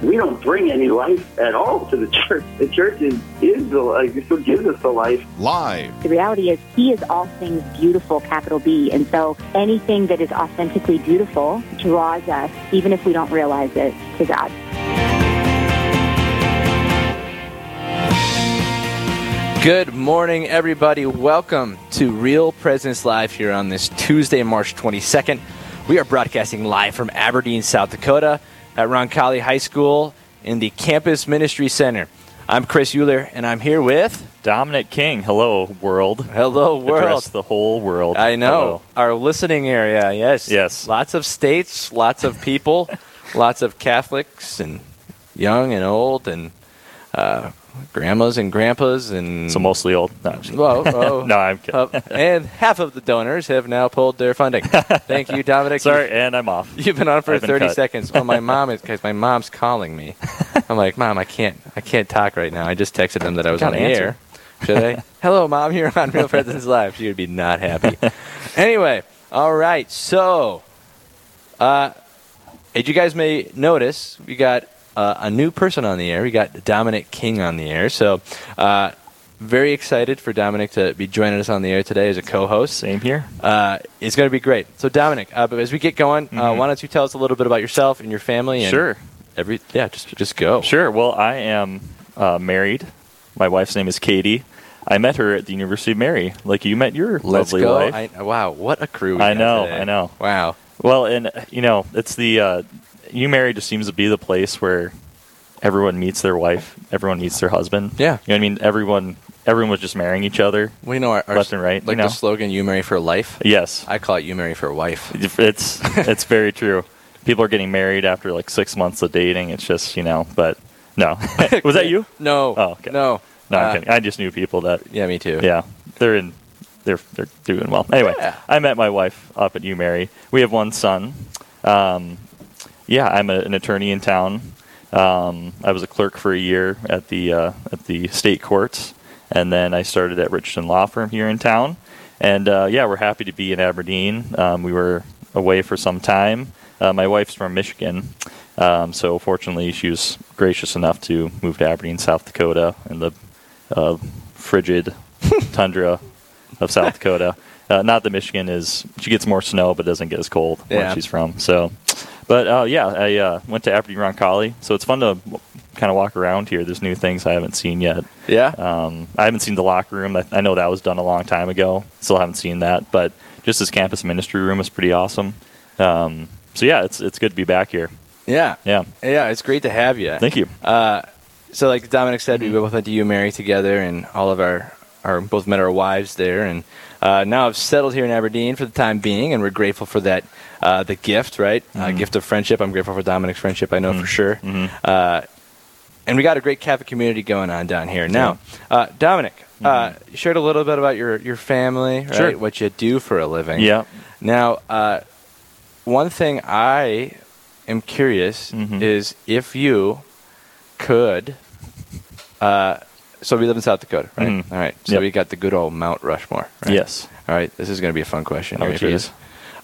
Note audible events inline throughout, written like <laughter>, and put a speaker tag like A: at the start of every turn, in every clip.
A: We don't bring any life at all to the <laughs> church. The church is, is the life. It's what gives us the life.
B: Live.
C: The reality is, He is all things beautiful, capital B. And so anything that is authentically beautiful draws us, even if we don't realize it, to God.
D: Good morning, everybody. Welcome to Real Presence Live here on this Tuesday, March 22nd. We are broadcasting live from Aberdeen, South Dakota at Roncalli High School in the Campus Ministry Center. I'm Chris Euler, and I'm here with.
E: Dominic King, hello world.
D: Hello, world.
E: Address the whole world.
D: I know.
E: Hello.
D: Our listening area, yes.
E: Yes.
D: Lots of states, lots of
E: <laughs>
D: people, lots of Catholics, and young and old, and uh, grandmas and grandpas, and.
E: So mostly old.
D: <laughs>
E: No, I'm just kidding.
D: Hmm. Whoa, whoa.
E: <laughs> No, I'm kidding.
D: Uh, and half of the donors have now pulled their
E: <laughs>
D: funding. Thank you, Dominic.
E: Sorry, and I'm off.
D: <laughs> You've been on for
E: I've been
D: 30
E: cut.
D: seconds. Well, my mom is because my mom's calling
E: <laughs>
D: me. I'm like, mom, I can't, I can't talk right now. I just texted them that I was on
E: Gotta
D: the air. Should
E: <laughs>
D: I? Hello, mom. You're on Real Presence Live. She would be not happy. anyway, all right. So, uh, as you guys may notice, we got uh, a new person on the air. We got Dominic King on the air. So, uh, very excited for Dominic to be joining us on the air today as a co-host.
E: Same here.
D: Uh, it's going to be great. So, Dominic, uh, but as we get going, uh, why don't you tell us a little bit about yourself and your family? And
E: Mm-hmm. Sure.
D: Every yeah, just just go.
E: Sure. Well, I am uh, married. My wife's name is Katie. I met her at the University of Mary, like you met your
D: Let's
E: lovely
D: go.
E: wife.
D: I, wow, what a crew! We
E: I
D: got
E: know,
D: today.
E: I know.
D: Wow.
E: Well, and you know, it's the uh, you married just seems to be the place where everyone meets their wife, everyone meets their husband.
D: Yeah.
E: you know what I mean. Everyone, everyone was just marrying each other.
D: We know our, our
E: Left and right,
D: Like
E: you know.
D: the slogan, "You marry for life."
E: Yes,
D: I call it "You marry for
E: <laughs>
D: wife."
E: it's it's very true. People are getting married after like six months of dating. It's just you know, but no, <laughs> was that you?
D: No.
E: Oh, okay.
D: No.
E: No,
D: Uh,
E: I'm kidding. I just knew people that
D: Yeah, me too.
E: yeah, they're in they're they're doing well. Anyway,
D: Yeah.
E: I met my wife up at U Mary. We have one son. Um, yeah, I'm a, an attorney in town. Um, I was a clerk for a year at the uh, at the state courts, and then I started at Richardson Law Firm here in town. And uh, yeah, we're happy to be in Aberdeen. Um, we were away for some time. Uh, my wife's from Michigan, um, so fortunately, she was gracious enough to move to Aberdeen, South Dakota, in the uh,
D: <laughs>
E: frigid tundra of South Dakota. Uh, not that Michigan is; she gets more snow, but doesn't get as cold
D: Yeah.
E: where she's from. So, but uh, yeah, I uh, went to Aberdeen Roncalli, so it's fun to kind of walk around here. There's new things I haven't seen yet.
D: Yeah.
E: Um, I haven't seen the locker room. I, I know that was done a long time ago. Still haven't seen that, but just this campus ministry room is pretty awesome. Um, so yeah, it's it's good to be back here.
D: yeah.
E: Yeah,
D: Yeah. It's great to have you.
E: thank you.
D: so like Dominic said, we both went to U Mary together, and all of our, our both met our wives there, and uh, now I've settled here in Aberdeen for the time being, and we're grateful for that uh, the gift, right? Uh,
E: Mm-hmm.
D: gift of friendship. I'm grateful for Dominic's friendship. I know for sure. Uh, and we got a great Catholic community going on down here. Now, uh, Dominic, uh, you shared a little bit about your your family, right?
E: Mm-hmm. Sure.
D: What you do for a living.
E: Yeah.
D: Now, uh, one thing I am curious
E: Mhm.
D: is if you could. Uh, so we live in South Dakota, right?
E: Mhm.
D: All right. So
E: Yep.
D: we got the good old Mount Rushmore. right?
E: Yes.
D: All right. This is going to be a fun question. You
E: Oh,
D: ready for this?
E: geez.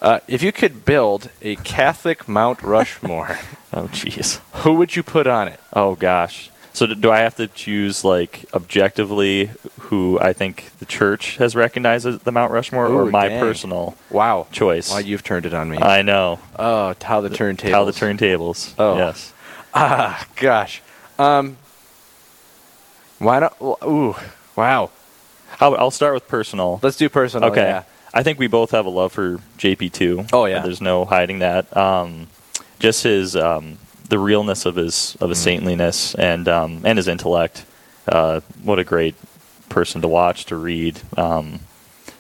D: Uh, if you could build a Catholic Mount
E: <laughs>
D: Rushmore,
E: Oh, jeez.
D: who would you put on it?
E: Oh gosh. So do, do I have to choose like objectively who I think the church has recognized as the Mount Rushmore,
D: Ooh,
E: or my
D: dang.
E: personal
D: Wow.
E: choice?
D: Why you've turned it on me?
E: I know.
D: oh, how the turntables.
E: How the turntables.
D: Oh.
E: Yes.
D: Ah, gosh. Um. Why don't? Ooh. Wow.
E: How, I'll start with personal.
D: Let's do personal.
E: okay.
D: Oh, yeah.
E: I think we both have a love for JP2.
D: Oh, yeah.
E: There's no hiding that. Um, just his um, the realness of his of his
D: Mm-hmm.
E: saintliness and um, and his intellect. Uh, what a great person to watch to read. Um,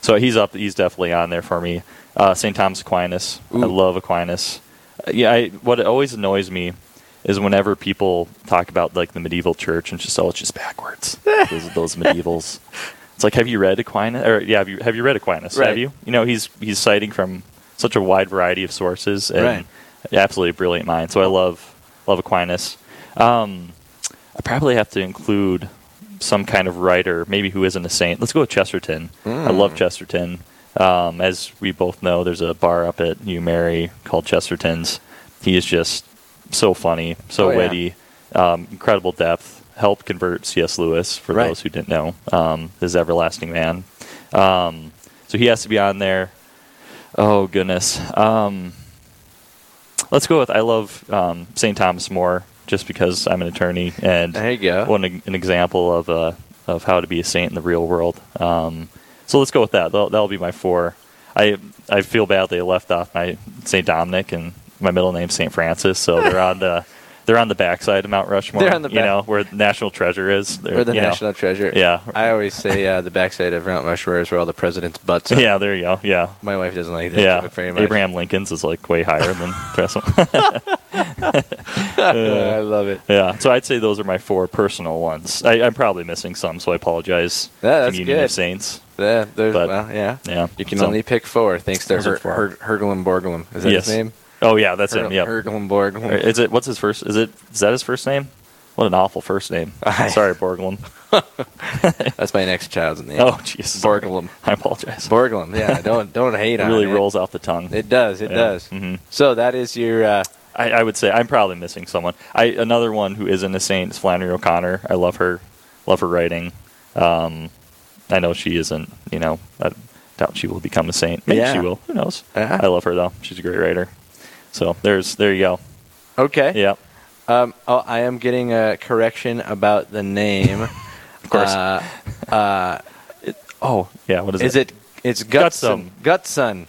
E: so he's up. He's definitely on there for me. Uh, St. Thomas Aquinas.
D: Ooh.
E: I love Aquinas. Uh, Yeah. I, what always annoys me is whenever people talk about like the medieval church and just oh it's
D: <laughs>
E: just backwards. those, those medievals. It's like have you read Aquinas? Or yeah, have you have you read Aquinas?
D: Right.
E: Have you? You know he's he's citing from such a wide variety of sources and
D: Right.
E: absolutely brilliant mind. So I love Love Aquinas. Um, I probably have to include some kind of writer, maybe who isn't a saint. Let's go with Chesterton. I
D: Mm.
E: love Chesterton. Um, as we both know, there's a bar up at New Mary called Chesterton's. He is just so funny, so
D: Oh, yeah.
E: witty, um, incredible depth. Helped convert C.S. Lewis, for
D: Right.
E: those who didn't know, um, his everlasting man. Um, so he has to be on there. Oh goodness. Um, let's go with I love um, St. Thomas more, just because I'm an attorney and
D: There you go.
E: one an example of uh, of how to be a saint in the real world. Um, so let's go with that. That'll, that'll be my four. I I feel badly I left off my St. Dominic and my middle name St. Francis, so they're on
D: <laughs>
E: the they're on the backside of Mount Rushmore.
D: They're on the
E: you
D: back.
E: know where the national treasure is. They're-
D: Or the
E: you know.
D: national treasure.
E: Yeah.
D: I always say uh, the backside of Mount Rushmore is where all the president's butts are.
E: <laughs> Yeah, there you go. Yeah,
D: My wife doesn't like that
E: yeah.
D: joke very much.
E: Abraham Lincoln's is like way higher than <laughs> the rest of them.
D: <laughs>
E: Uh,
D: I love it.
E: Yeah, so I'd say those are my four personal ones. I, I'm probably missing some, so I apologize.
D: Yeah, that's
E: Communion
D: good.
E: of Saints.
D: Yeah, there's,
E: But-
D: well, yeah.
E: Yeah,
D: You can
E: so-
D: only pick four thanks to
E: Those are
D: Her-
E: four.
D: Her- Hergelin Borgelin. Is that
E: Yes.
D: his name?
E: Oh yeah, that's
D: Her-
E: him. Yeah,
D: Hergelin Borgelin.
E: is it? What's his first? Is it? Is that his first name? What an awful first name.
D: <laughs> I-
E: Sorry, Borglum.
D: That's my next child's name. <laughs>
E: <laughs> Oh jeez,
D: Borglum.
E: I apologize.
D: Borglum.
E: <laughs>
D: Yeah, don't don't hate
E: it
D: on
E: really
D: it.
E: rolls off the tongue.
D: It does. It
E: Yeah.
D: does.
E: Mhm.
D: So that is your. Uh,
E: I, I would say I'm probably missing someone. I another one who isn't a saint is Flannery O'Connor. I love her, love her writing. Um, I know she isn't. You know, I doubt she will become a saint. Maybe
D: Yeah.
E: she will. Who knows?
D: Uh-huh.
E: I love her though. She's a great writer. So there's there you go.
D: okay.
E: Yeah,
D: Um, oh, I am getting a correction about the name.
E: of course.
D: Uh,
E: oh yeah, what <laughs> is,
D: is it? It's Gutzon.
E: Gutzon.
D: Gutzon.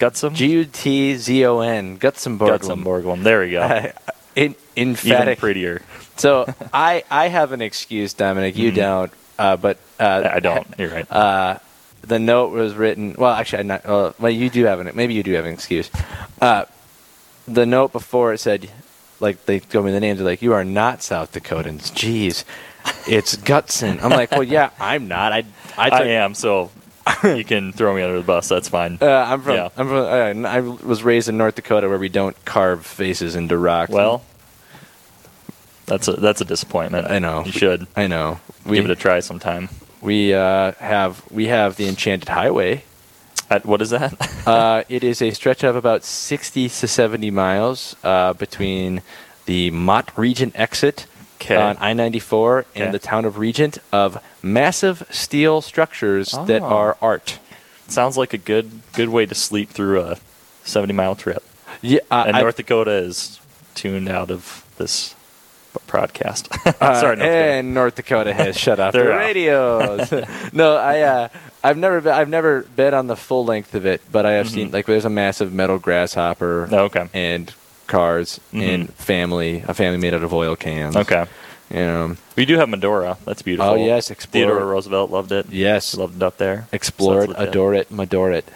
E: Gutsum?
D: G U T Z O N. Gutzon
E: Gutsum
D: Borglum.
E: Borglum. There we go.
D: <laughs> In,
E: Even
D: emphatic.
E: prettier.
D: So I I have an excuse, Dominic. You
E: Mhm.
D: don't. Uh, but uh,
E: I I don't. You're right.
D: the note was written. Well, actually, I not. Uh, well, you do have an. Maybe you do have an excuse. Uh, the note before it said, like they told me the names. They're like, "You are not South Dakotans." Jeez, it's Gutson. I'm like, well, yeah, I'm not. I, I,
E: I
D: took- <laughs>
E: am. So you can throw me under the bus. That's fine.
D: Uh, I'm from.
E: Yeah.
D: I'm from. Uh, n- I was raised in North Dakota, where we don't carve faces into rocks.
E: well, that's a that's a disappointment.
D: I know.
E: You should
D: I know. We
E: give it a try sometime.
D: we uh, have we have the Enchanted Highway.
E: At, what is that? <laughs>
D: Uh, it is a stretch of about 60 to 70 miles uh, between the Mott Regent exit
E: 'Kay.
D: on I 94
E: Okay.
D: and the town of Regent of massive steel structures that
E: Oh.
D: are art.
E: Sounds like a good good way to sleep through a seventy mile trip.
D: Yeah, uh,
E: And
D: I-
E: North Dakota is tuned out of this <laughs> broadcast.
D: uh,
E: Sorry, North Dakota.
D: and North Dakota has
E: <laughs>
D: shut off
E: They're
D: their
E: out. <laughs>
D: radios. <laughs> no, I uh, I've never been, I've never been on the full length of it, but I
E: Mm-hmm.
D: have seen like there's a massive metal grasshopper
E: Oh, okay.
D: and cars and family a family made out of oil cans.
E: Okay.
D: You know.
E: We do have Medora. That's beautiful.
D: Oh, yes, explore-
E: Theodore Roosevelt loved it.
D: Yes.
E: loved it up there.
D: Explore it,
E: So that's legit.
D: adore it, madore it.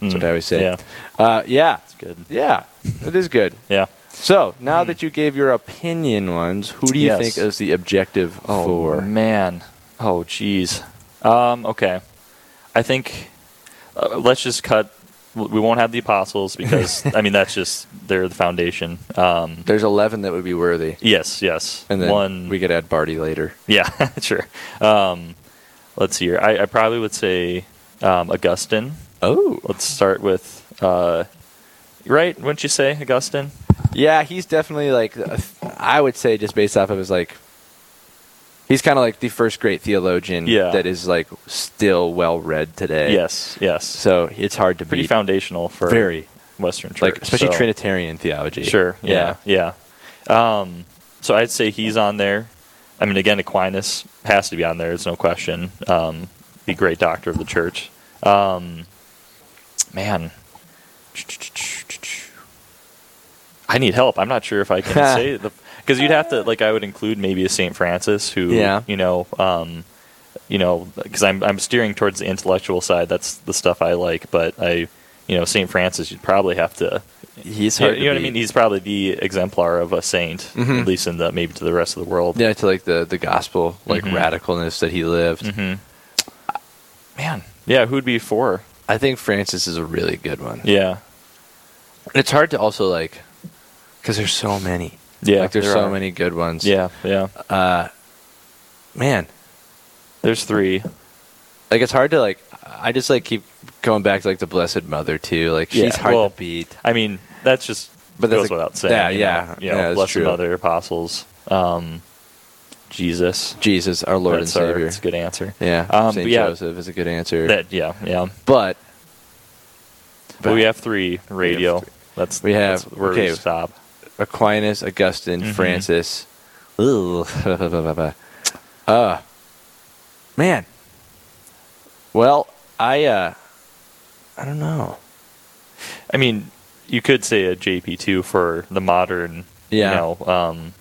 D: That's
E: Mm.
D: what I always say.
E: Yeah,
D: Uh, yeah.
E: it's good.
D: Yeah. It is good.
E: Yeah.
D: So now that you gave your opinion ones, who do you
E: Yes.
D: think is the objective for?
E: Oh, man. Oh jeez. Um. Okay. I think uh, let's just cut. We won't have the
D: <laughs>
E: apostles because I mean that's just they're the foundation. Um.
D: There's 11 that would be worthy.
E: Yes. Yes.
D: And then
E: one.
D: we could add Barty later.
E: yeah. <laughs> sure. Um. Let's see here. I, I probably would say um, Augustine.
D: Oh.
E: Let's start with. Uh, right? Wouldn't you say Augustine?
D: Yeah, he's definitely like, a th- I would say just based off of his like, he's kind of like the first great theologian
E: Yeah.
D: that is like still well read today.
E: Yes. Yes.
D: So it's hard to
E: pretty
D: beat.
E: foundational for
D: Very.
E: Western church,
D: like, especially
E: so-
D: Trinitarian theology.
E: Sure. Yeah. Yeah. Um, so I'd say he's on there. I mean, again, Aquinas has to be on there. There's no question. Um, the great doctor of the church. Um, man, I need help. I'm not sure if I can say the because you'd have to like I would include maybe a Saint Francis who
D: Yeah.
E: you know um, you know because I'm I'm steering towards the intellectual side. That's the stuff I like, but I you know Saint Francis you'd probably have to
D: He's
E: you,
D: hard
E: you know
D: to
E: what I mean?
D: beat.
E: He's probably the exemplar of a saint,
D: Mhm.
E: at least in the maybe to the rest of the world.
D: Yeah, to like the the gospel like
E: Mhm.
D: radicalness that he lived.
E: hmm Man, yeah, who'd be for?
D: I think Francis is a really good one.
E: Yeah,
D: And it's hard to also like because there's so many.
E: Yeah,
D: like there's
E: there
D: so
E: are.
D: many good ones.
E: Yeah, yeah.
D: Uh, man,
E: There's three.
D: like it's hard to like. I just like keep going back to like the Blessed Mother too. Like she's
E: Yeah,
D: hard
E: well,
D: to beat.
E: I mean, that's just
D: But
E: but
D: that's
E: goes
D: like-
E: without saying.
D: yeah,
E: you
D: yeah,
E: know, you
D: yeah,
E: know,
D: that's
E: Blessed
D: true.
E: Mother, Apostles, um, Jesus,
D: Jesus, our Lord
E: That's
D: and
E: our-
D: Savior.
E: That's a good answer.
D: yeah,
E: Um,
D: Saint
E: but yeah.
D: Joseph is a good answer.
E: That yeah yeah.
D: but
E: But, we have three radio. That's
D: we have-
E: that's where
D: okay.
E: we stop.
D: Aquinas, Augustine,
E: Mhm.
D: Francis. Ugh. <laughs> uh, man. Well, I uh, I don't know.
E: I mean, you could say a JP two for the modern.
D: Yeah.
E: You know, um,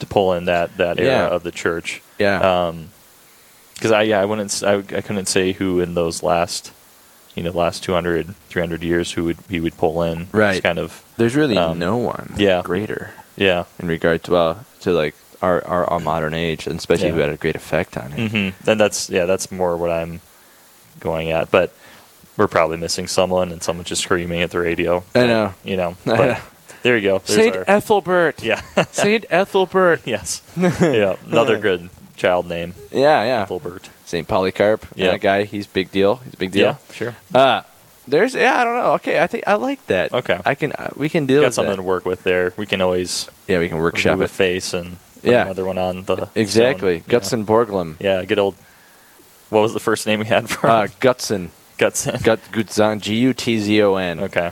E: to pull in that that era
D: Yeah.
E: of the church.
D: Yeah,
E: Um 'cause because I yeah I wouldn't s- I, I couldn't say who in those last you know last 200 300 years who would he would pull in It's
D: Right.
E: kind of
D: there's really
E: um,
D: no one.
E: yeah.
D: greater
E: yeah
D: in regard to well to like our our, our modern age, and especially
E: Yeah.
D: who had a great effect on it.
E: hmm and that's yeah that's more what I'm going at but we're probably missing someone and someone just screaming at the radio
D: I know. <laughs>
E: you know but there you go There's
D: Saint
E: our-
D: Ethelbert.
E: yeah
D: <laughs> Saint Ethelbert. <laughs>
E: yes yeah another good child name
D: Yeah, yeah.
E: Fulbert
D: Saint Polycarp.
E: Yeah.
D: That guy, he's big deal. He's a big deal.
E: yeah sure
D: Uh there's yeah, I don't know. Okay, I think I like that.
E: Okay.
D: I can uh, we can deal
E: got
D: with
E: something
D: that.
E: to work with there we can always
D: Yeah, we can workshop it.
E: remove a face and put
D: Yeah.
E: another one on the
D: Exactly.
E: stone.
D: Gutson Borglum.
E: Yeah. yeah, good old. What was the first name we had for
D: Uh
E: <laughs> him?
D: Gutson.
E: Gutzon?
D: Gut Gutzon G U T Z O N.
E: okay.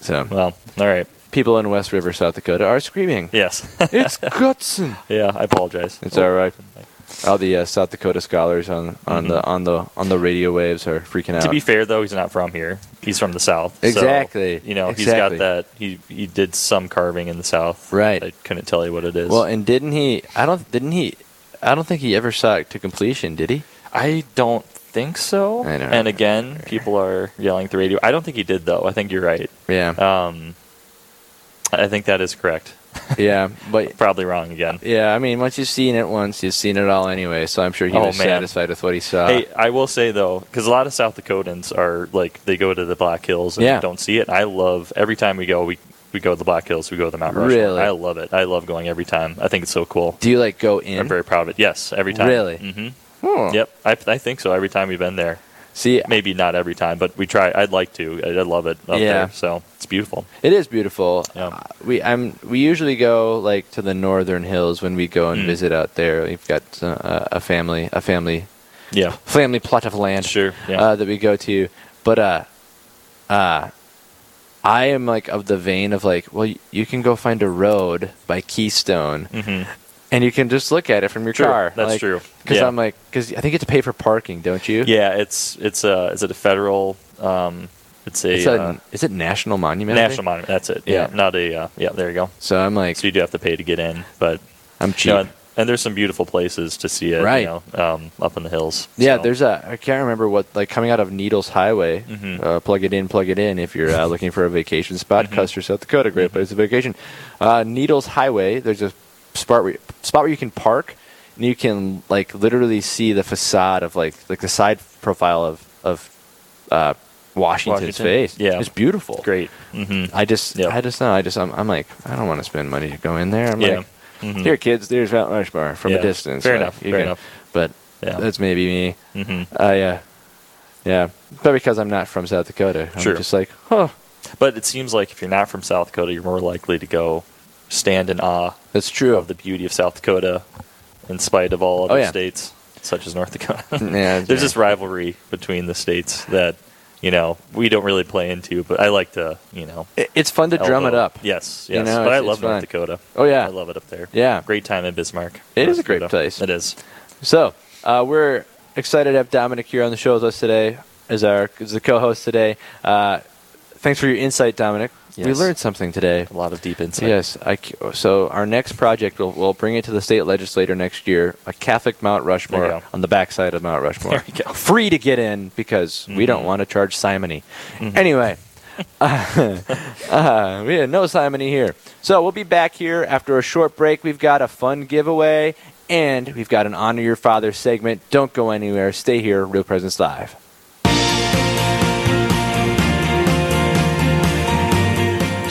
D: So
E: Well, all right.
D: people in West River, South Dakota are screaming.
E: Yes.
D: It's Gutson.
E: <laughs> yeah, I apologize.
D: It's all right. All the uh, South Dakota scholars on, on the on the on the radio waves are freaking out.
E: To be fair, though, he's not from here. He's from the South. So,
D: Exactly.
E: you know,
D: Exactly.
E: he's got that. He he did some carving in the South.
D: Right.
E: I couldn't tell you what it is.
D: well, and didn't he? I don't. Didn't he? I don't think he ever saw it to completion. Did he?
E: I don't think so.
D: I know.
E: And again, people are yelling at the radio. I don't think he did, though. I think you're right.
D: Yeah.
E: Um, I think that is correct.
D: <laughs> yeah. But
E: Probably wrong again.
D: Yeah, I mean, once you've seen it once, you've seen it all anyway. So I'm sure he
E: Oh,
D: was
E: man.
D: satisfied with what he saw.
E: Hey, I will say though, because a lot of South Dakotans are like they go to the Black Hills and
D: Yeah.
E: don't see it. I love every time we go, we we go to the Black Hills, we go to the Mount Rushmore.
D: Really?
E: I love it. I love going every time. I think it's so cool.
D: Do you like go in?
E: I'm very proud of it. Yes, every time.
D: Really?
E: hmm
D: Hmm.
E: Yep. I, I think so. Every time we've been there,
D: See,
E: maybe not every time, but we try. I'd like to. I, I love it
D: Yeah.
E: up there. So it's beautiful.
D: it is beautiful.
E: Yeah.
D: Uh, we I'm we usually go like to the northern hills when we go and
E: Mm.
D: visit out there. We've got uh, a family, a family, <laughs>
E: Yeah.
D: family plot of land.
E: Sure. Yeah.
D: uh, that we go to. But uh, uh, I am like of the vein of like, well, y- you can go find a road by Keystone,
E: Mhm.
D: and you can just look at it from your
E: True.
D: car.
E: That's
D: Like,
E: true.
D: Because
E: Yeah.
D: I'm like, because I think you have to pay for parking, don't you?
E: Yeah. It's it's a is it a federal? Um, it's a,
D: It's
E: uh,
D: a, is it National Monument? I think?
E: national monument. That's it.
D: Yeah.
E: Yeah. Not a. Uh, yeah. There you go.
D: So I'm like,
E: So you do have to pay to get in, but
D: I'm
E: you
D: cheap.
E: know, and, and there's some beautiful places to see it,
D: Right.
E: You know, um, up in the hills.
D: yeah,
E: so.
D: there's a. I can't remember what like coming out of Needles Highway.
E: Mhm.
D: Uh, plug it in, plug it in. If you're
E: <laughs>
D: uh, looking for a vacation spot,
E: Mm-hmm.
D: Custer, South Dakota, great place to vacation. Uh, Needles Highway. There's a spot where spot where you can park, and you can like literally see the facade of like like the side profile of of uh, Washington's
E: Washington.
D: face.
E: Yeah.
D: it's beautiful.
E: great. hmm
D: I just,
E: Yep.
D: I just know. I just, I'm, I'm like, I don't want to spend money to go in there. I'm
E: Yeah.
D: like,
E: Mhm.
D: here, kids, there's Mount Rushmore from a
E: Yeah.
D: distance.
E: Fair
D: Like,
E: enough,
D: you
E: fair enough.
D: But
E: Yeah.
D: that's maybe me.
E: hmm
D: I, uh, yeah, but because I'm not from South Dakota, I'm
E: Sure.
D: just like, huh,
E: But it seems like if you're not from South Dakota, you're more likely to go stand in awe
D: that's true.
E: of the beauty of South Dakota, in spite of all
D: Oh,
E: other
D: yeah.
E: states such as North Dakota.
D: <laughs> yeah,
E: there's this rivalry between the states that you know we don't really play into, but I like to you know
D: It- It's fun to drum it
E: elbow-
D: up.
E: Yes, yes.
D: You know,
E: but I
D: it's-
E: love
D: it's
E: North
D: fun.
E: Dakota.
D: Oh, yeah.
E: I love it up there.
D: Yeah.
E: great time in Bismarck.
D: It is
E: North
D: a great
E: Dakota.
D: place.
E: It is.
D: So uh, we're excited to have Dominic here on the show with us today as our as the co-host today. Uh, thanks for your insight, Dominic. We
E: Yes.
D: learned something today.
E: A lot of deep insight.
D: Yes, I c so our next project we'll, we'll bring it to the state legislator next year. A Catholic Mount
E: There
D: Rushmore
E: you go.
D: on the backside of Mount Rushmore.
E: There you go.
D: <laughs> Free to get in because we don't
E: Mhm.
D: want to charge simony.
E: Mm-hmm. <laughs>
D: Anyway, <laughs> uh, we had no simony here. So we'll be back here after a short break. We've got a fun giveaway and we've got an honor your father segment. Don't go anywhere. Stay here. Real Presence Live.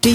F: Do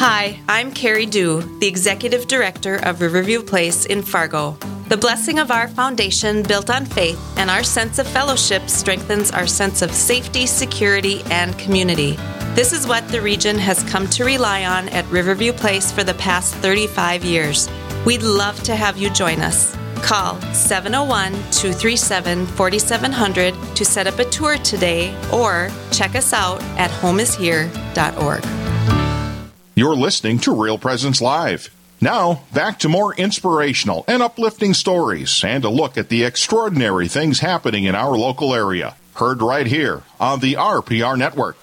G: Hi, I'm Carrie Dew, the Executive Director of Riverview Place in Fargo. The blessing of our foundation, built on faith, and our sense of fellowship strengthens our sense of safety, security, and community. This is what the region has come to rely on at Riverview Place for the past 35 years. We'd love to have you join us. Call 701 237 4700 to set up a tour today or check us out at homeishere.org.
B: You're listening to Real Presence Live. Now, back to more inspirational and uplifting stories and a look at the extraordinary things happening in our local area. Heard right here on the RPR Network.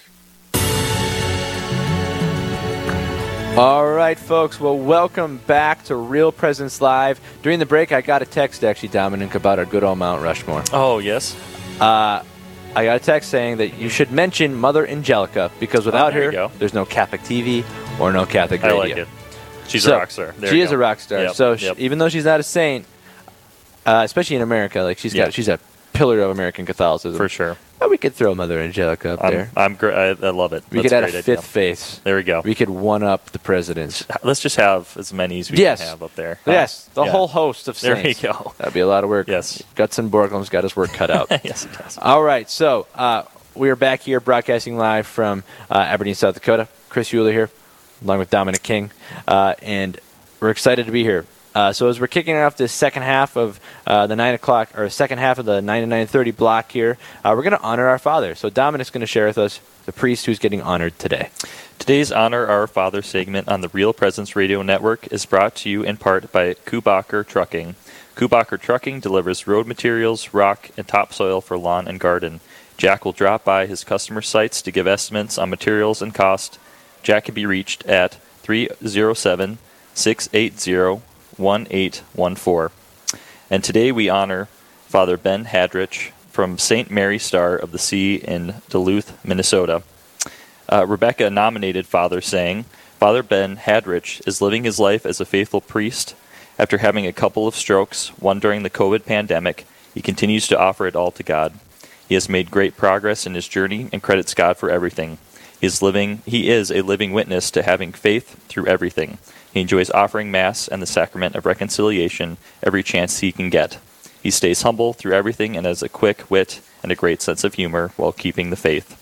D: All right, folks. Well, welcome back to Real Presence Live. During the break, I got a text actually, Dominic, about our good old Mount Rushmore.
E: Oh yes.
D: Uh, I got a text saying that you should mention Mother Angelica because without
E: there you
D: her,
E: go.
D: there's no Catholic TV or no Catholic
E: I
D: radio.
E: like it. She's
D: So,
E: a rock star. There
D: she
E: you
D: is
E: go.
D: a rock star.
E: Yep,
D: so she-
E: yep.
D: even though she's not a saint, uh, especially in America, like she's
E: Yeah.
D: got she's a pillar of American Catholicism.
E: for sure.
D: But we could throw Mother Angelica up
E: I'm,
D: there.
E: I'm gr- I, I love it.
D: We
E: That's
D: could add a
E: great
D: fifth
E: idea.
D: face.
E: There we go.
D: We could one up the presidents.
E: Let's just have as many as we
D: Yes.
E: can have up there.
D: Yes, the
E: Yeah.
D: whole host of
E: There
D: saints.
E: we go.
D: That'd be a lot of work.
E: Yes.
D: Gutzon Borglum's got his work cut
E: <laughs>
D: out.
E: <laughs> yes, it does.
D: All right, so uh, we are back here broadcasting live from uh, Aberdeen, South Dakota. Chris Euler here, along with Dominic King, uh, and we're excited to be here. Uh, so as we're kicking off this second half of uh, the nine o'clock or second half of the nine to nine thirty block here, uh, we're going to honor our father. So Dominic's going to share with us the priest who's getting honored today.
E: Today's Honor Our Father segment on the Real Presence Radio Network is brought to you in part by Kubacher Trucking. Kubacher Trucking delivers road materials, rock, and topsoil for lawn and garden. Jack will drop by his customer sites to give estimates on materials and cost. Jack can be reached at 307 680 1814. And today we honor Father Ben Hadrich from St. Mary Star of the Sea in Duluth, Minnesota. Uh, Rebecca nominated Father, saying, Father Ben Hadrich is living his life as a faithful priest. After having a couple of strokes, one during the COVID pandemic, he continues to offer it all to God. He has made great progress in his journey and credits God for everything. He is living he is a living witness to having faith through everything. He enjoys offering mass and the sacrament of reconciliation every chance he can get. He stays humble through everything and has a quick wit and a great sense of humor while keeping the faith.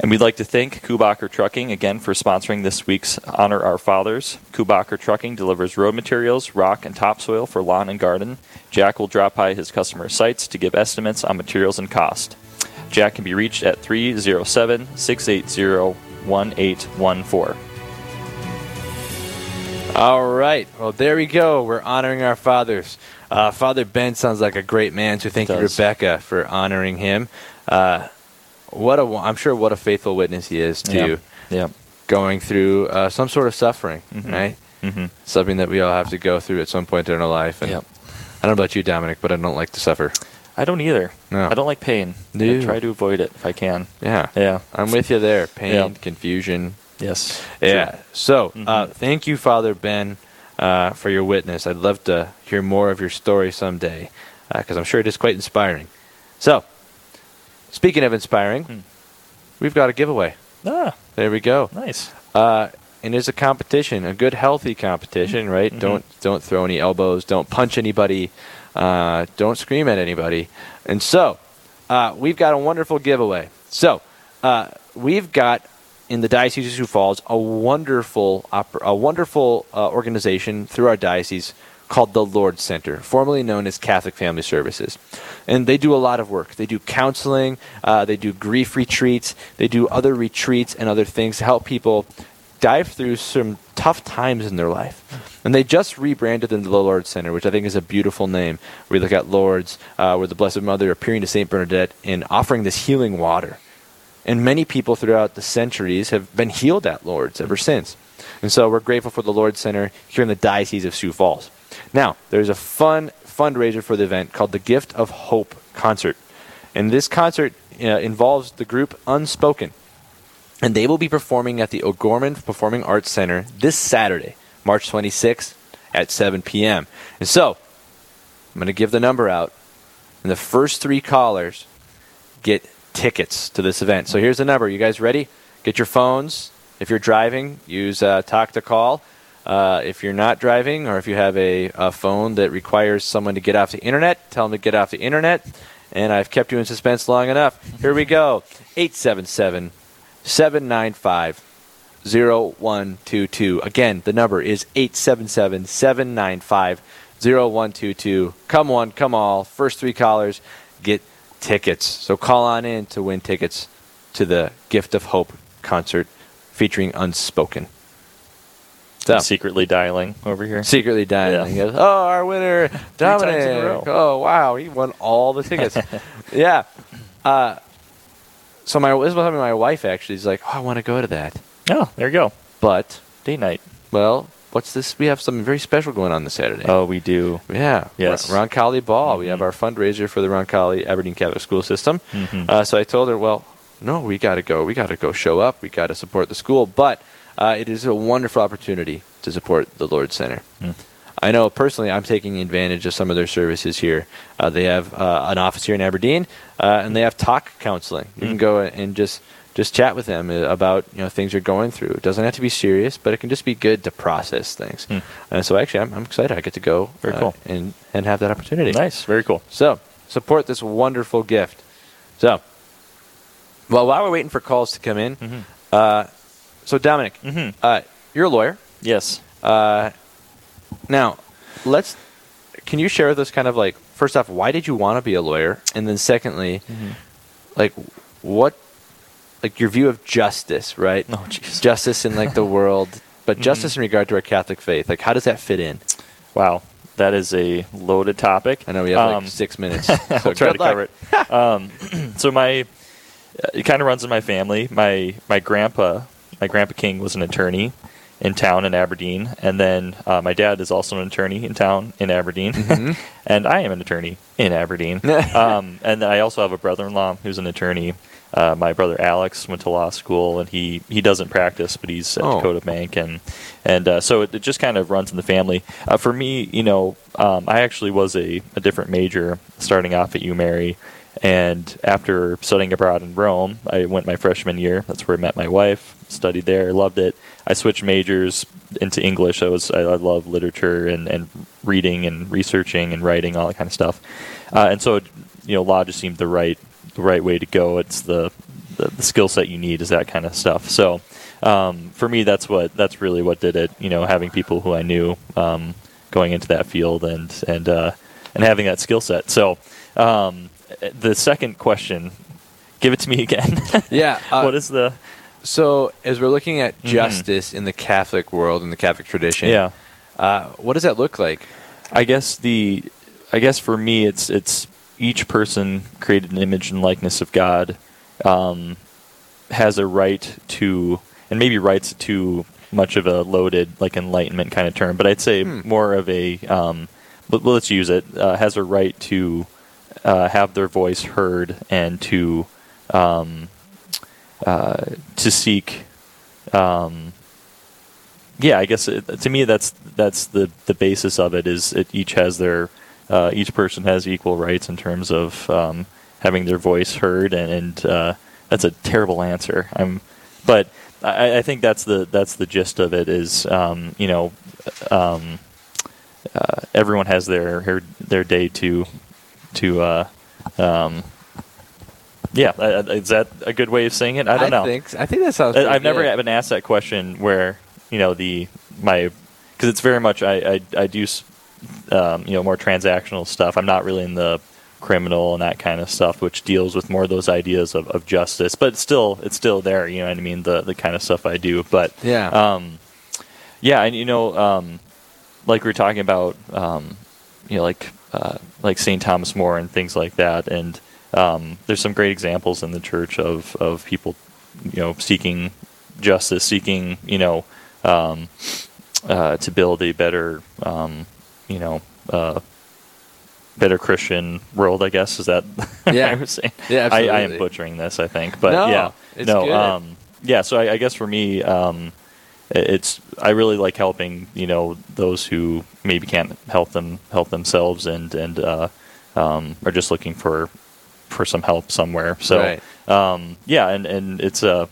E: And we'd like to thank Kubacher Trucking again for sponsoring this week's Honor Our Fathers. Kubacher Trucking delivers road materials, rock, and topsoil for lawn and garden. Jack will drop by his customer sites to give estimates on materials and cost. Jack can be reached at 307 680 1814.
D: All right. Well, there we go. We're honoring our fathers. Uh, Father Ben sounds like a great man, so thank you,
E: does.
D: Rebecca, for honoring him. Uh, what a, I'm sure what a faithful witness he is to
E: Yeah. Mm-hmm.
D: going through uh, some sort of suffering, right? something that we all have to go through at some point in our life. And
E: Yep.
D: I don't know about you, Dominic, but I don't like to suffer.
E: I don't either.
D: No.
E: I don't like pain.
D: No.
E: I try to avoid it if I can.
D: Yeah,
E: Yeah.
D: I'm with you there. Pain,
E: Yeah.
D: confusion.
E: Yes.
D: Yeah.
E: Sure.
D: So uh, thank you, Father Ben, uh, for your witness. I'd love to hear more of your story someday because I'm sure it is quite inspiring. So, speaking of inspiring, we've got a giveaway.
E: Ah,
D: There we go.
E: nice.
D: Uh, and it's a competition, a good, healthy competition, right? Don't don't throw any elbows, don't punch anybody, uh, don't scream at anybody. And so, uh, we've got a wonderful giveaway. So, uh, we've got in the diocese of Sioux Falls a wonderful oper- a wonderful uh, organization through our diocese called the Lord Center, formerly known as Catholic Family Services. And they do a lot of work. They do counseling, uh, they do grief retreats, they do other retreats and other things to help people dive through some tough times in their life. And they just rebranded into the Lord Center, which I think is a beautiful name. We look at Lord's, uh, where the Blessed Mother appearing to St. Bernadette and offering this healing water. And many people throughout the centuries have been healed at Lord's ever since. And so we're grateful for the Lord's Center here in the Diocese of Sioux Falls. Now, there's a fun fundraiser for the event called the Gift of Hope Concert. And this concert uh, involves the group Unspoken. And they will be performing at the O'Gorman Performing Arts Center this Saturday, March 26th at 7 p.m. And so, I'm going to give the number out. And the first three callers get tickets to this event. So here's the number. You guys ready? Get your phones. If you're driving, use uh, Talk to Call. Uh, if you're not driving, or if you have a, a phone that requires someone to get off the internet, tell them to get off the internet. And I've kept you in suspense long enough. Here we go 877 795 0122. Again, the number is 877 795 0122. Come one, come all. First three callers get tickets. So call on in to win tickets to the Gift of Hope concert featuring Unspoken. So,
E: I'm secretly dialing over here.
D: secretly
E: Yeah.
D: dialing. He goes, oh, our winner,
E: times in a
D: Dominic.
E: row.
D: Oh, wow. He won all the
E: <laughs>
D: tickets. yeah. Uh, so my, this was something my wife actually is like, oh, I want to go to that.
E: Oh, there you go.
D: But
E: Day night.
D: well, what's this? We have something very special going on this Saturday.
E: Oh, we do.
D: Yeah.
E: Yes.
D: Ron- Roncalli Ball. We have our fundraiser for the Roncalli Aberdeen Catholic School System. Uh, so I told her, well, no, we got to go. We got to go show up. We got to support the school. But uh, it is a wonderful opportunity to support the Lord Center. I know personally, I'm taking advantage of some of their services here. Uh, they have uh, an office here in Aberdeen, uh, and they have talk counseling. You can go and just just chat with them uh, about you know things you're going through. It doesn't have to be serious, but it can just be good to process things. And so, actually, I'm, I'm excited. I get to go
E: Very
D: uh,
E: cool.
D: and and have that opportunity.
E: Nice. Very cool.
D: So support this wonderful gift. So, well, while we're waiting for calls to come in,
E: Mm-hmm.
D: uh, so Dominic,
E: Mhm.
D: uh, you're a lawyer.
E: Yes.
D: Uh, now, let's. Can you share with us kind of like first off, why did you want to be a lawyer, and then secondly,
E: Mm-hmm.
D: like what, like your view of justice, right?
E: Oh, Mm-hmm. jeez.
D: Justice in
E: <laughs>
D: like the world, but justice in regard to our Catholic faith. Like, how does that fit in?
E: Wow. That is a loaded topic.
D: I know we have
E: Um,
D: like six minutes. So
E: <laughs> I'll
D: good
E: try
D: luck.
E: to cover it. um, <clears throat> so my uh, it kind of runs in my family. My my grandpa, my grandpa King was an attorney in town in Aberdeen, and then uh, my dad is also an attorney in town in Aberdeen, <laughs> and I am an attorney in Aberdeen. um, and I also have a brother-in-law who's an attorney. Uh, my brother Alex went to law school, and he, he doesn't practice, but he's at
D: Oh.
E: Dakota Bank, and and uh, so it, it just kind of runs in the family. Uh, for me, you know, um, I actually was a, a different major starting off at UMary, and after studying abroad in Rome, I went my freshman year. That's where I met my wife. Studied there, loved it. I switched majors into English. I was I, I love literature and, and reading and researching and writing all that kind of stuff. Uh, and so, you know, law just seemed the right the right way to go. It's the the, the skill set you need is that kind of stuff. So um, for me, that's what that's really what did it. You know, having people who I knew um, going into that field and and uh, and having that skill set. So um, the second question, give it to me again. <laughs>
D: Yeah. uh,
E: what is the
D: So, as we're looking at justice in the Catholic world, in the Catholic tradition,
E: yeah?
D: uh, what does that look like?
E: I guess the I guess for me it's it's each person created an image and likeness of God um, has a right to and maybe rights to much of a loaded, like enlightenment kind of term, but I'd say more of a um, let- let's use it uh, has a right to uh, have their voice heard and to um, uh, to seek. Um, yeah, I guess it, to me that's that's the the basis of it is it each has their uh, each person has equal rights in terms of um, having their voice heard and, and uh, that's a terrible answer. I'm but I, I think that's the that's the gist of it is um, you know um, uh, everyone has their their, their day to to uh, um, yeah I- I- is that a good way of saying it? I don't know.
D: Think, I think that sounds.
E: I-
D: pretty
E: I've never
D: good.
E: been asked that question where you know the my because it's very much I I, I do s- um, you know more transactional stuff. I'm not really in the criminal and that kind of stuff, which deals with more of those ideas of, of justice. But still, it's still there. You know what I mean? The the kind of stuff I do. But
D: Yeah.
E: um, yeah, and you know, um, like we were talking about, um, you know, like uh, like St. Thomas More and things like that, and um, there's some great examples in the church of of people, you know, seeking justice, seeking, you know, um, uh, to build a better, um, you know, uh, better Christian world. I guess is that <laughs>
D: Yeah.
E: I was saying.
D: Yeah,
E: I, I am
D: absolutely.
E: butchering this, I think, but
D: No,
E: yeah,
D: it's
E: no,
D: good.
E: um, yeah. So I, I guess for me, um, i- it's I really like helping you know those who maybe can't help them help themselves and and uh, um, are just looking for for some help somewhere. So
D: Right.
E: um, yeah, and, and it's a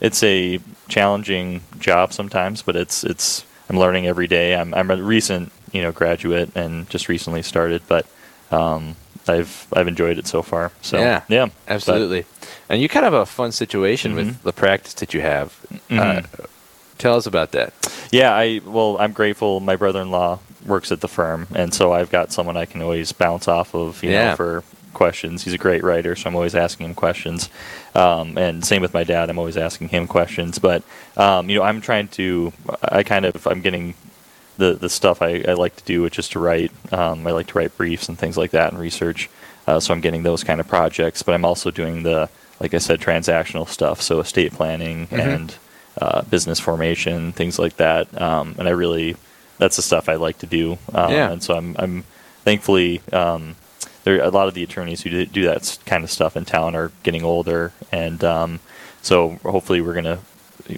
E: it's a challenging job sometimes, but it's it's I'm learning every day. I'm I'm a recent you know graduate and just recently started, but um, I've I've enjoyed it so far. So
D: yeah,
E: yeah, But- Mm-hmm.
D: absolutely. and you kind of have a fun situation with the practice that you have. Uh, tell us about that.
E: Yeah, I well, I'm grateful. My brother-in-law works at the firm, and so I've got someone I can always bounce off of, you
D: Yeah.
E: know, for questions. He's a great writer, so I'm always asking him questions. Um, and same with my dad, I'm always asking him questions. But um, you know, I'm trying to. I kind of I'm getting the the stuff I, I like to do, which is to write. Um, I like to write briefs and things like that and research. Uh, so I'm getting those kind of projects, but I'm also doing the like I said, transactional stuff. So estate planning and uh, business formation, things like that. Um, and I really, that's the stuff I like to do. Um,
D: Yeah.
E: And so I'm, I'm thankfully, um, there a lot of the attorneys who do, do that s- kind of stuff in town are getting older, and um, so hopefully we're gonna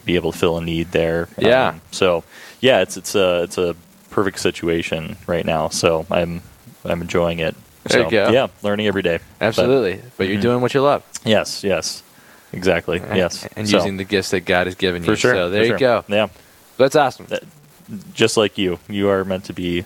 E: be able to fill a need there.
D: Yeah.
E: Um, so yeah, it's it's a it's a perfect situation right now. So I'm I'm enjoying it.
D: There
E: so,
D: you go.
E: Yeah, learning every day. But-
D: Absolutely, but, you're
E: mm-hmm.
D: doing what you love.
E: yes. Yes. Exactly. Yes.
D: and
E: So-
D: using the gifts that God has given you.
E: for sure.
D: So there
E: for
D: you
E: sure.
D: go.
E: Yeah.
D: That's awesome.
E: That- Just like you, you are meant to be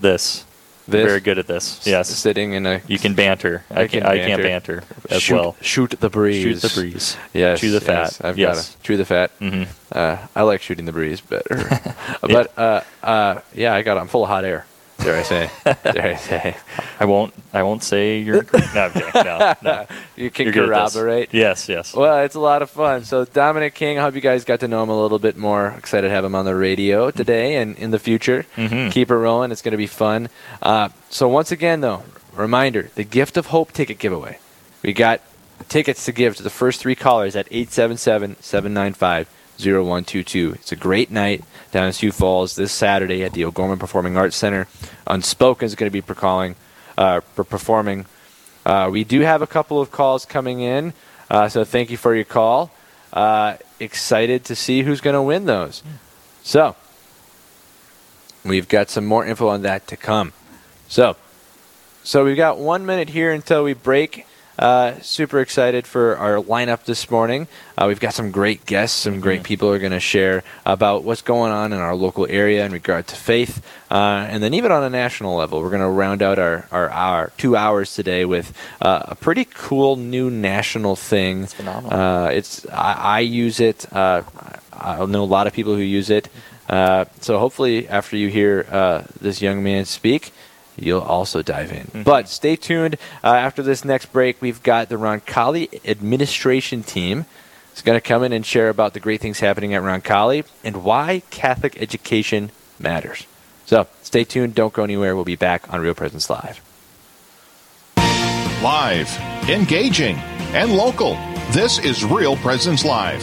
E: this.
D: This?
E: Very good at this.
D: S-
E: Yes.
D: sitting in a
E: You can banter. I,
D: I
E: can,
D: can
E: I can't
D: banter.
E: banter as
D: shoot,
E: well.
D: Shoot the breeze.
E: Shoot the breeze.
D: Yes,
E: Chew the fat.
D: yes, I've
E: yes.
D: got to chew the fat.
E: Mhm.
D: Uh, I like shooting the breeze better,
E: <laughs>
D: but uh, uh, yeah, I got. I'm full of hot air. Dare I
E: <laughs>
D: say? Dare I say?
E: I won't. I won't say <laughs> you're. no, I'm kidding. No, no.
D: You can
E: You're good at this.
D: corroborate.
E: Yes. Yes.
D: Well, it's a lot of fun. So Dominic King, I hope you guys got to know him a little bit more. Excited to have him on the radio today and in the future.
E: Mhm.
D: Keep it rolling. It's going to be fun. Uh, so once again, though, reminder: the Gift of Hope ticket giveaway. We got tickets to give to the first three callers at 877-795-0122. It's a great night down in Sioux Falls this Saturday at the O'Gorman Performing Arts Center. Unspoken is going to be percalling, uh, per- performing uh, we do have a couple of calls coming in, uh, so thank you for your call. Uh, excited to see who's going to win those. So, we've got some more info on that to come. So, so we've got one minute here until we break. Uh, super excited for our lineup this morning. Uh, we've got some great guests, some great people who are going to share about what's going on in our local area in regard to faith, uh, and then even on a national level, we're going to round out our, our hour two hours today with uh, a pretty cool new national thing. It's
E: phenomenal.
D: Uh, it's I, I use it. Uh, I I know a lot of people who use it. Uh, so hopefully, after you hear uh, this young man speak, you'll also dive in. But stay tuned. Uh, after this next break, we've got the Roncalli administration team. It's going to come in and share about the great things happening at Roncalli and why Catholic education matters. So stay tuned. Don't go anywhere. We'll be back on Real Presence Live.
B: Live, engaging, and local. This is Real Presence Live.